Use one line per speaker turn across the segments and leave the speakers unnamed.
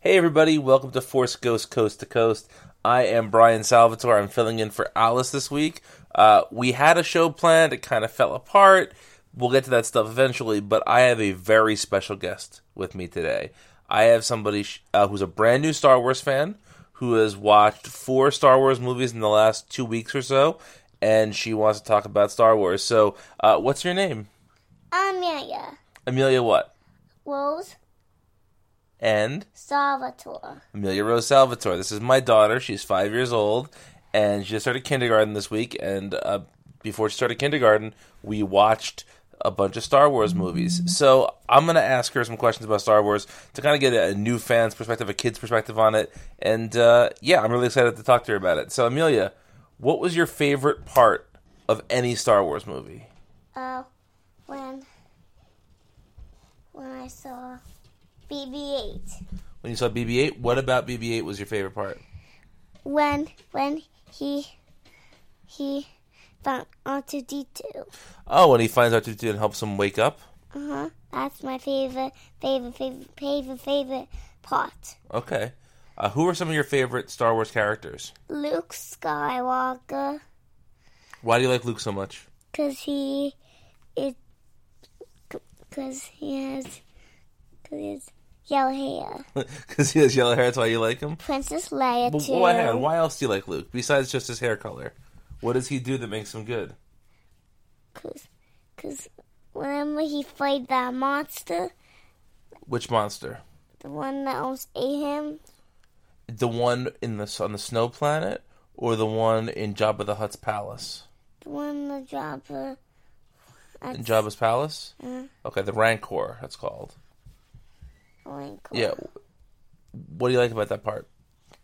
Hey, everybody, welcome to Force Ghost Coast to Coast. I am Brian Salvatore. I'm filling in for Alice this week. Uh, we had a show planned, it kind of fell apart. We'll get to that stuff eventually, but I have a very special guest with me today. I have somebody sh- uh, who's a brand new Star Wars fan who has watched four Star Wars movies in the last two weeks or so, and she wants to talk about Star Wars. So, uh, what's your name?
Amelia,
Amelia what?
Rose,
And?
Salvatore.
Amelia Rose Salvatore. This is my daughter. She's five years old, and she just started kindergarten this week. And uh, before she started kindergarten, we watched a bunch of Star Wars movies. So I'm going to ask her some questions about Star Wars to kind of get a, a new fan's perspective, a kid's perspective on it. And uh, yeah, I'm really excited to talk to her about it. So, Amelia, what was your favorite part of any Star Wars movie?
Uh, when when I saw BB-8,
When you saw BB 8, what about BB 8 was your favorite part?
when when he he found onto D2.
Oh, when he finds out to and helps him wake up?
Uh huh. That's my favorite favorite favorite favorite favorite part.
Okay. Uh, who are some of your favorite Star Wars characters?
Luke Skywalker,
Why do you like Luke so much?
cause he is, cause he has, cause he has yellow hair.
Because he has yellow hair, that's why you like him?
Princess Leia
But
too.
why, hang on, why else do you like Luke, besides just his hair color? What does he do that makes him good?
Cause, cause whenever he fight that monster,
Which monster?
the one that almost ate him,
The one in the on the snow planet, or the one in Jabba the Hutt's palace?
the one that dropped her.
In Jabba's palace?
Mhm.
Okay, the Rancor, that's called.
Rancor.
Yeah. What do you like about that part?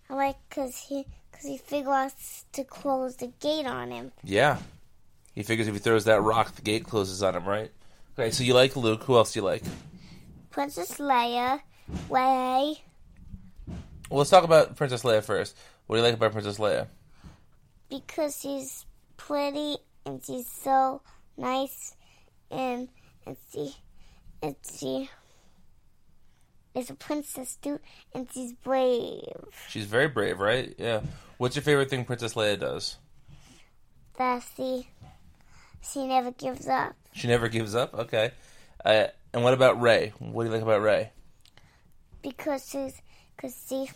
I like cause he, cause he figured out to close the gate on him.
Yeah. He figures if he throws that rock, the gate closes on him, right? Okay, so you like Luke. Who else do you like?
Princess Leia, Way,
Well, let's talk about Princess Leia first. What do you like about Princess Leia?
because she's pretty and she's so nice, and and she, and she. Is a princess too, and she's brave.
She's very brave, right? Yeah. What's your favorite thing Princess Leia does?
that she she never gives up
She never gives up. Okay. Uh, and what about Ray? What do you like about Ray?
because she's because she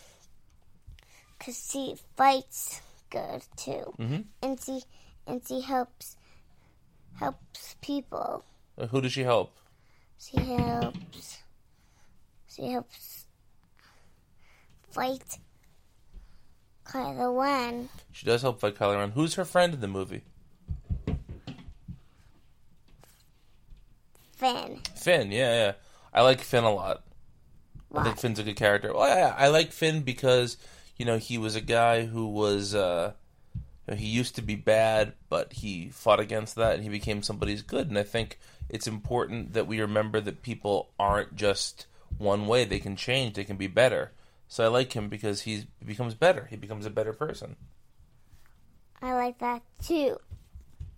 because she fights good too
Mhm.
and she and she helps helps people
Uh, Who does she help?
she helps she helps fight Kylo Ren
She does help fight Kylo Ren. Who's her friend in the movie?
Finn
Finn. Yeah, yeah. I like Finn a lot. I
Why?
think Finn's a good character. Well, I, I like Finn because you know he was a guy who was uh, you know, he used to be bad, but he fought against that and he became somebody's good. And I think it's important that we remember that people aren't just one way; they can change, they can be better. So I like him because he's, he becomes better. He becomes a better person.
I like that too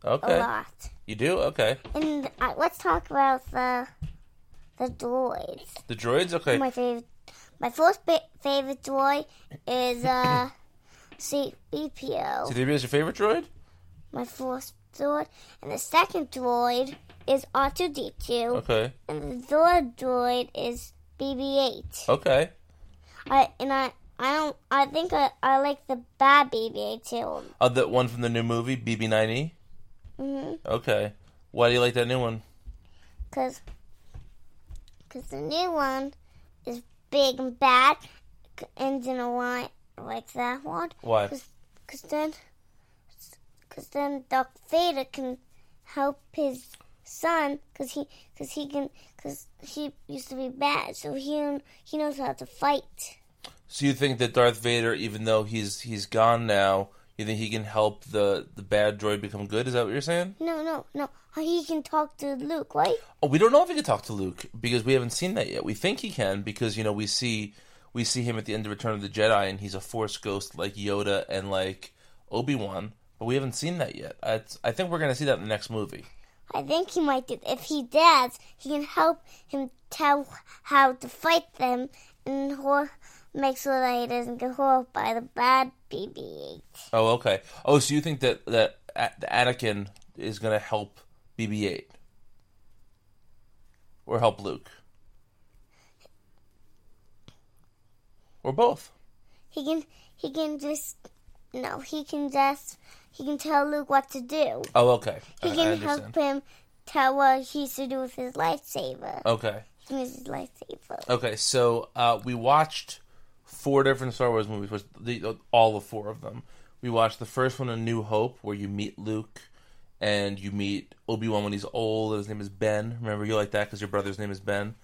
a
Okay,
lot
you do okay.
and uh, let's talk about the the droids
The droids, okay.
Oh My favorite, my fourth ba- favorite toy is uh, C-3PO.
C-3PO is your favorite droid?
My fourth droid, and the second droid is R2D2,
Okay,
and the third droid is BB-8.
okay.
I and I, I don't, I think I, I like the bad BB-8 too.
Uh, that one from the new movie BB-9E.
hmm
E? Okay, why do you like that new one?
Cause, cause the new one is big and bad, c- ends in a Y like that one.
Why?
Cause then, cause then Darth Vader can help his son, cause he, cause he can, cause he used to be bad, so he he knows how to fight.
So you think that Darth Vader, even though he's he's gone now, you think he can help the the bad droid become good? Is that what you're saying?
No, no, no. He can talk to Luke, right?
Oh, we don't know if he can talk to Luke because we haven't seen that yet. We think he can because you know we see we see him at the end of Return of the Jedi, and he's a Force ghost like Yoda and like Obi Wan. But we haven't seen that yet. I, I think we're gonna see that in the next movie.
I think he might do. If he does, he can help him tell how to fight them and how, make sure that he doesn't get hurt by the bad BB-8.
Oh, okay. Oh, so you think that that A- the Anakin is going to help BB-8 or help Luke or both?
He can he can just no, he can just he can tell Luke what to do.
Oh, okay.
He
I, I
can help
understand.
him tell what he should do with his lightsaber.
Okay.
He can use his lightsaber.
Okay, so uh, we watched four different Star Wars movies, which the, all the four of them. We watched the first one, A New Hope, where you meet Luke and you meet Obi Wan when he's old. And his name is Ben. Remember, you like that because your brother's name is Ben.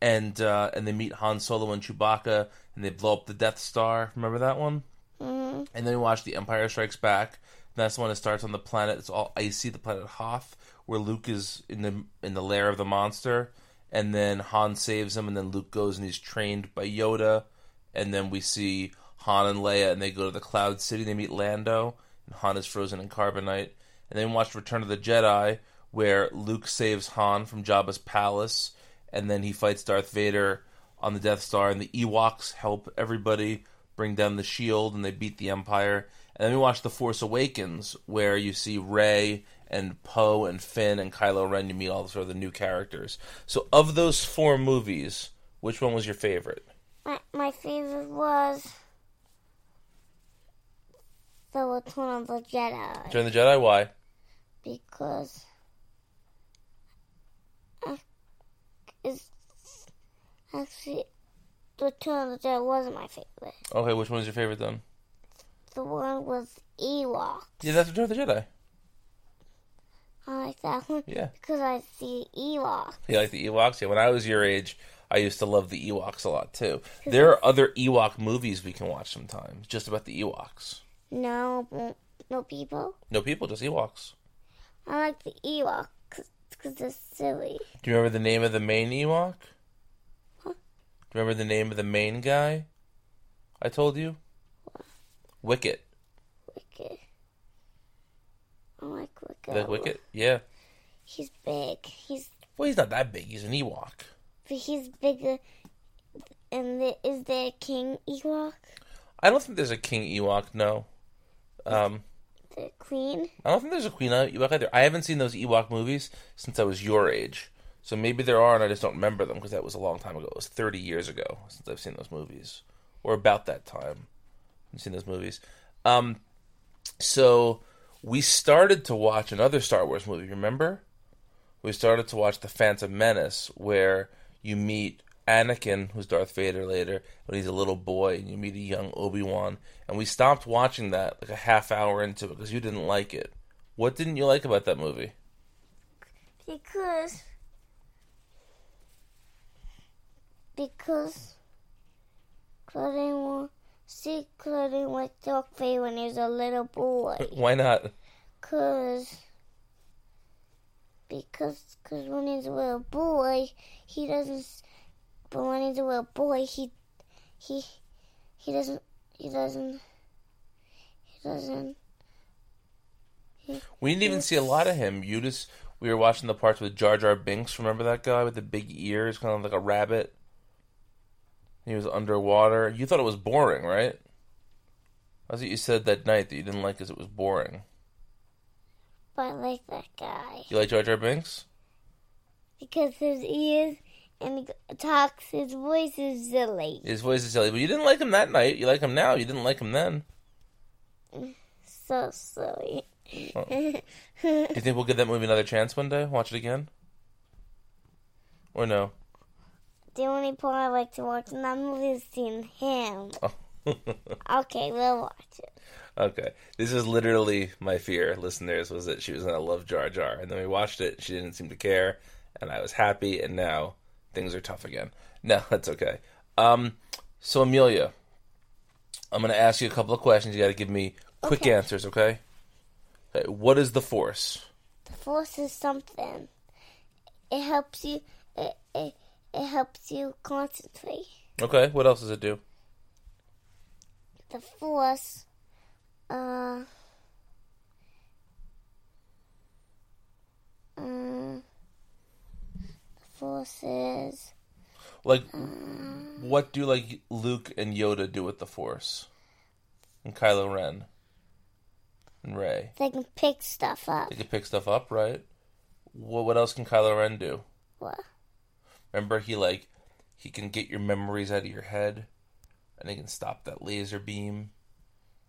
And uh, and they meet Han Solo and Chewbacca, and they blow up the Death Star. Remember that one? And then we watched The Empire Strikes Back. And that's the one that starts on the planet. It's all icy, the planet Hoth, where Luke is in the in the lair of the monster. And then Han saves him, and then Luke goes and he's trained by Yoda. And then we see Han and Leia, and they go to the Cloud City. They meet Lando, and Han is frozen in carbonite. And then we watched Return of the Jedi, where Luke saves Han from Jabba's palace, and then he fights Darth Vader on the Death Star, and the Ewoks help everybody bring down the shield, and they beat the Empire. And then we watch The Force Awakens, where you see Rey and Poe and Finn and Kylo Ren. You meet all sort of the new characters. So, of those four movies, which one was your favorite?
My, my favorite was the Return of the Jedi
Return of the Jedi. Why?
because uh, it's actually the Return of the Jedi wasn't my favorite.
Okay, which one was your favorite then?
The one was Ewok.
Yeah, that's Return of the Jedi.
I like that one
Yeah.
because I see Ewok.
You like the Ewoks? Yeah, when I was your age, I used to love the Ewoks a lot too. There are other Ewok movies we can watch sometimes, just about the Ewoks.
No, mm, no people.
No people, just Ewoks.
I like the Ewok because they're silly.
Do you remember the name of the main Ewok? Do you remember the name of the main guy? I told you. Wicket.
Wicked. I like
You
Wicked.
Like Wicket? Yeah.
He's big. He's
Well, he's not that big. He's an Ewok.
but he's bigger. And the, is there a King Ewok?
I don't think there's a king Ewok. No. Um,
The Queen?
I don't think there's a Queen Ewok either. I haven't seen those Ewok movies since I was your age. So maybe there are, and I just don't remember them because that was a long time ago. It was 30 years ago since I've seen those movies, or about that time. I've seen those movies. Um, so we started to watch another Star Wars movie. Remember, we started to watch The Phantom Menace, where you meet Anakin, who's Darth Vader later, when he's a little boy, and you meet a young Obi Wan. And we stopped watching that like a half hour into it because you didn't like it. What didn't you like about that movie?
Because. Because. Claudine will see Claudine with Dark Fate when he was a little boy.
Why not?
Because. Because cause when he's a little boy, he doesn't. s- But when he's a little boy, he. He. He doesn't. He doesn't. He doesn't.
We didn't even see a lot of him. You just we were watching the parts with Jar Jar Binks. Remember that guy with the big ears, kind of like a rabbit. He was underwater. You thought it was boring, right? That's what you said that night that you didn't like because it was boring.
But I like that guy.
You like Jar Jar Binks?
Because his ears and he g- talks, his voice is silly.
His voice is silly, but you didn't like him that night. You like him now. You didn't like him then.
So silly.
Do you think we'll give that movie another chance one day? Watch it again? Or no?
The only part I like to watch in that movie is seeing him. okay, we'll watch it.
Okay. This is literally my fear, listeners, was that she was going to love Jar Jar. And then we watched it. She didn't seem to care. And I was happy. And now things are tough again. No, that's okay. Um, so, Amelia, I'm going to ask you a couple of questions. You got to give me quick
Okay.
answers, okay? okay? What is the Force?
The force is something. It helps you. It it, it helps you concentrate.
Okay. What else does it do?
The force. Uh. Uh, the force mm, is
Like, what do like Luke and Yoda do with the Force? And Kylo Ren and Ray,
They can pick stuff up.
they can pick stuff up, right? What what else can Kylo Ren do?
What?
Remember, he like he can get your memories out of your head, and he can stop that laser beam.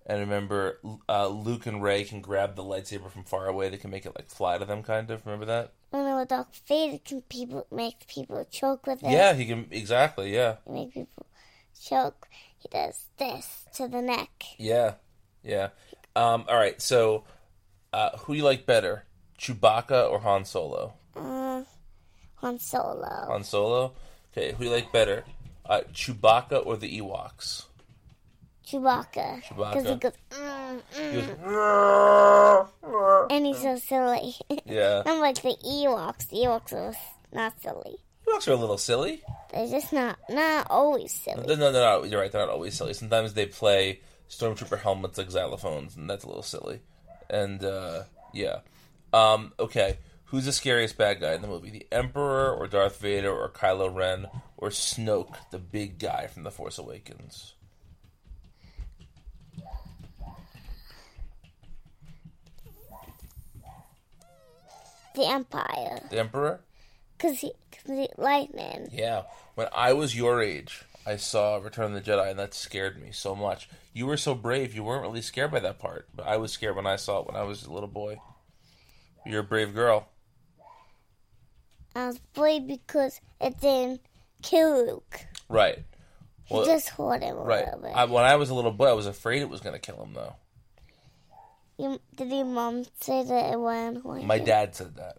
And remember, uh, Luke and Ray can grab the lightsaber from far away. They can make it like fly to them, kind of. Remember that?
I know what Darth Vader can people make people choke with it.
Yeah, he can exactly. Yeah,
Make people choke. He does this to the neck.
yeah, yeah. Um, all right. So, uh, who do you like better, Chewbacca or Han Solo?
Uh, Han Solo.
Han Solo. Okay, who do you like better, uh, Chewbacca or the Ewoks?
Chewbacca. Because he
Chewbacca.
goes, mm, mm,
He was-
and he's so silly.
yeah,
I'm like the Ewoks. The Ewoks are not silly.
Ewoks are a little silly.
They're just not not always silly.
No, no, they're not. You're right. They're not always silly. Sometimes they play stormtrooper helmets like xylophones, and that's a little silly. And uh, yeah, um, okay. Who's the scariest bad guy in the movie? The Emperor, or Darth Vader, or Kylo Ren, or Snoke, the big guy from The Force Awakens?
The Empire.
The Emperor.
Because he, cause he lightning.
Yeah. When I was your age, I saw Return of the Jedi, and that scared me so much. You were so brave; you weren't really scared by that part. But I was scared when I saw it when I was a little boy. You're a brave girl.
I was brave because it didn't kill Luke.
Right.
He
Well,
just hurt him a
Right.
little bit.
I, when I was a little boy, I was afraid it was going to kill him, though.
You, did your mom say that it wasn't hurting
My
him?
dad said that.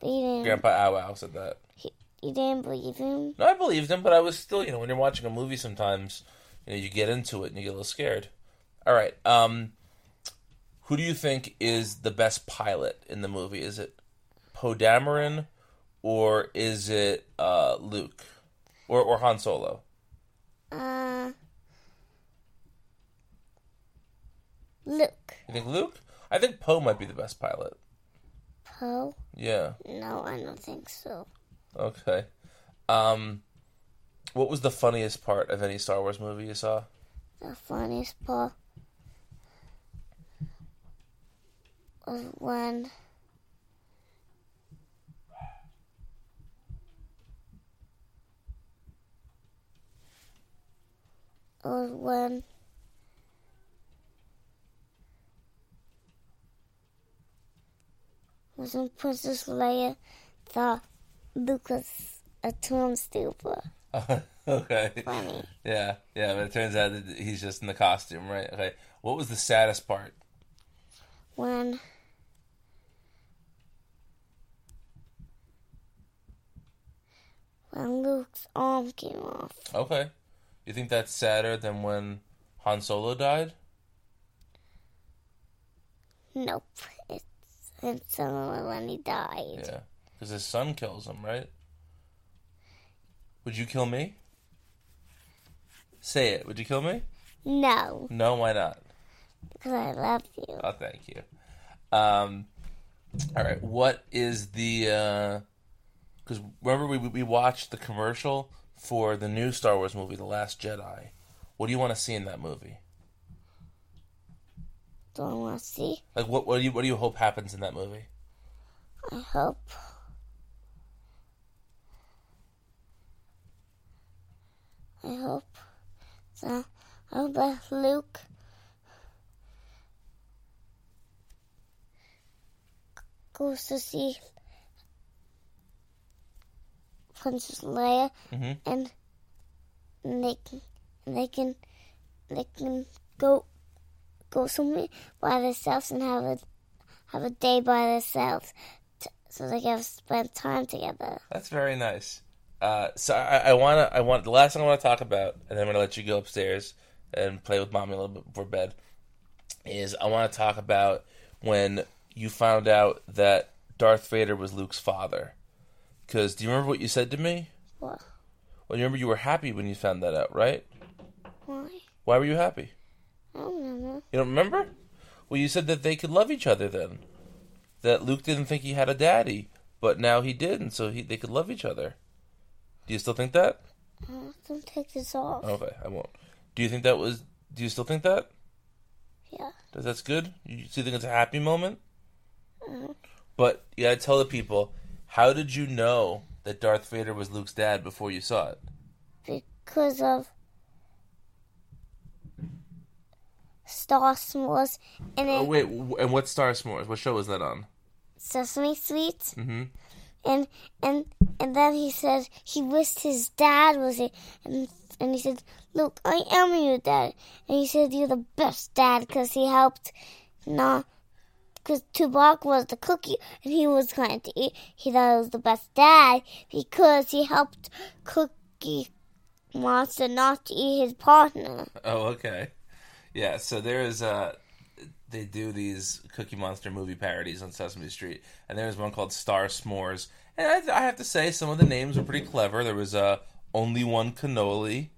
But you didn't,
Grandpa Ow Wow said that.
he, you didn't believe him?
No, I believed him, but I was still, you know, when you're watching a movie sometimes, you know, you get into it and you get a little scared. All right. Um, who do you think is the best pilot in the movie? Is it Poe Dameron or is it uh, Luke or, or Han Solo?
Uh, Luke.
You think Luke? I think Poe might be the best pilot.
Poe?
Yeah.
No, I don't think so.
Okay. Um, what was the funniest part of any Star Wars movie you saw?
The funniest part was when was when was when Princess Leia thought Luke was a stormtrooper.
okay.
Funny.
Yeah, yeah, but it turns out that he's just in the costume, right? Okay. What was the saddest part?
when when Luke's arm came off.
Okay. You think that's sadder than when Han Solo died?
Nope, it's it's similar when he died.
Yeah. Because his son kills him, right? Would you kill me? Say it. Would you kill me?
No,
No, why not?
because I love you.
Oh, thank you. Um, all right, what is the? Because remember we we watched the commercial for the new Star Wars movie, The Last Jedi. What do you want to see in that movie?
Do I want to see?
Like, what what do you what do you hope happens in that movie?
I hope. I hope that I hope that Luke goes to see Princess Leia
Mhm.
and and they can and they can they can go go somewhere by themselves and have a have a day by themselves t- so they can spend time together.
That's very nice. Uh, so I, I wanna I want the last thing I want to talk about, and then I'm gonna let you go upstairs and play with mommy a little bit before bed. Is I want to talk about when you found out that Darth Vader was Luke's father. Because do you remember what you said to me?
What?
Well, you remember you were happy when you found that out, right?
Why?
Why were you happy?
I don't remember.
You don't remember? Well, you said that they could love each other then. That Luke didn't think he had a daddy, but now he did, and so he, they could love each other. Do you still think that?
Uh, don't take this off.
Okay, I won't. Do you think that was? Do you still think that?
Yeah.
That- That's good. You still think it's a happy moment? But you gotta tell the people. How did you know that Darth Vader was Luke's dad before you saw it?
Because of Star Wars and
Oh
then
wait, w- and what Star S'mores? What show was that on?
Sesame Street.
hmm
and and and then he said he wished his dad was it, and and he said, "Look, I am your dad," and he said, "You're the best dad because he helped, not because Tubak was the cookie, and he was trying to eat. He thought he was the best dad because he helped Cookie Monster not to eat his partner."
Oh, okay. Yeah, so there is uh they do these Cookie Monster movie parodies on Sesame Street, and there was one called Star S'mores. And I, I have to say, some of the names were pretty clever. There was uh, Only One Cannoli,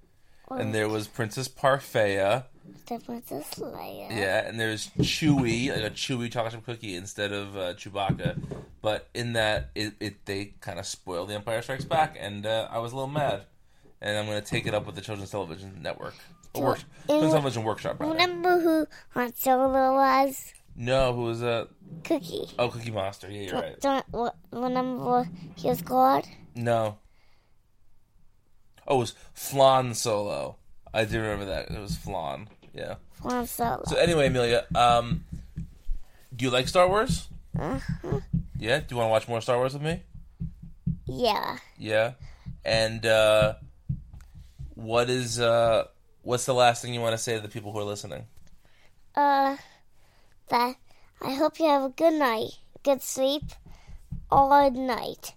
and there was Princess Parfait.
The Princess Leia.
Yeah, and there's Chewy, like a Chewy chocolate chip cookie instead of uh, Chewbacca. But in that, it, it they kind of spoiled The Empire Strikes Back, and uh, I was a little mad. And I'm going to take it up with the Children's Television Network. Or work, Children's Television Workshop, rather.
Remember who Han Solo was?
No, who was uh
Cookie.
oh Cookie Monster? Yeah, you're right.
Don't re- remember what he was called?
No. Oh, it was Flan Solo. I do remember that. It was Flan. Yeah.
Han Solo.
So anyway, Amelia, um, do you like Star Wars?
Uh-huh.
Yeah. Do you want to watch more Star Wars with me?
Yeah.
Yeah. And uh, what is uh, what's the last thing you want to say to the people who are listening?
Uh, that. I hope you have a good night, good sleep, all night.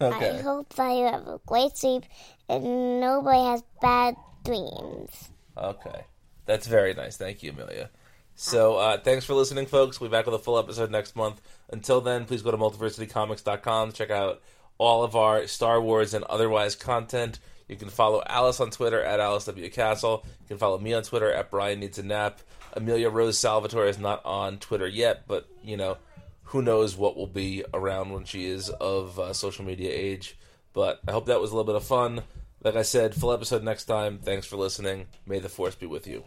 I
Okay.
hope that you have a great sleep and nobody has bad dreams.
Okay. That's very nice. Thank you, Amelia. So, uh, thanks for listening, folks. We'll be back with a full episode next month. Until then, please go to multiversitycomics.com. Check out all of our Star Wars and otherwise content. You can follow Alice on Twitter at Alice W. Castle. You can follow me on Twitter at Brian Needs a Nap. Amelia Rose Salvatore is not on Twitter yet, but, you know, who knows what will be around when she is of uh, social media age. But I hope that was a little bit of fun. Like I said, full episode next time. Thanks for listening. May the force be with you.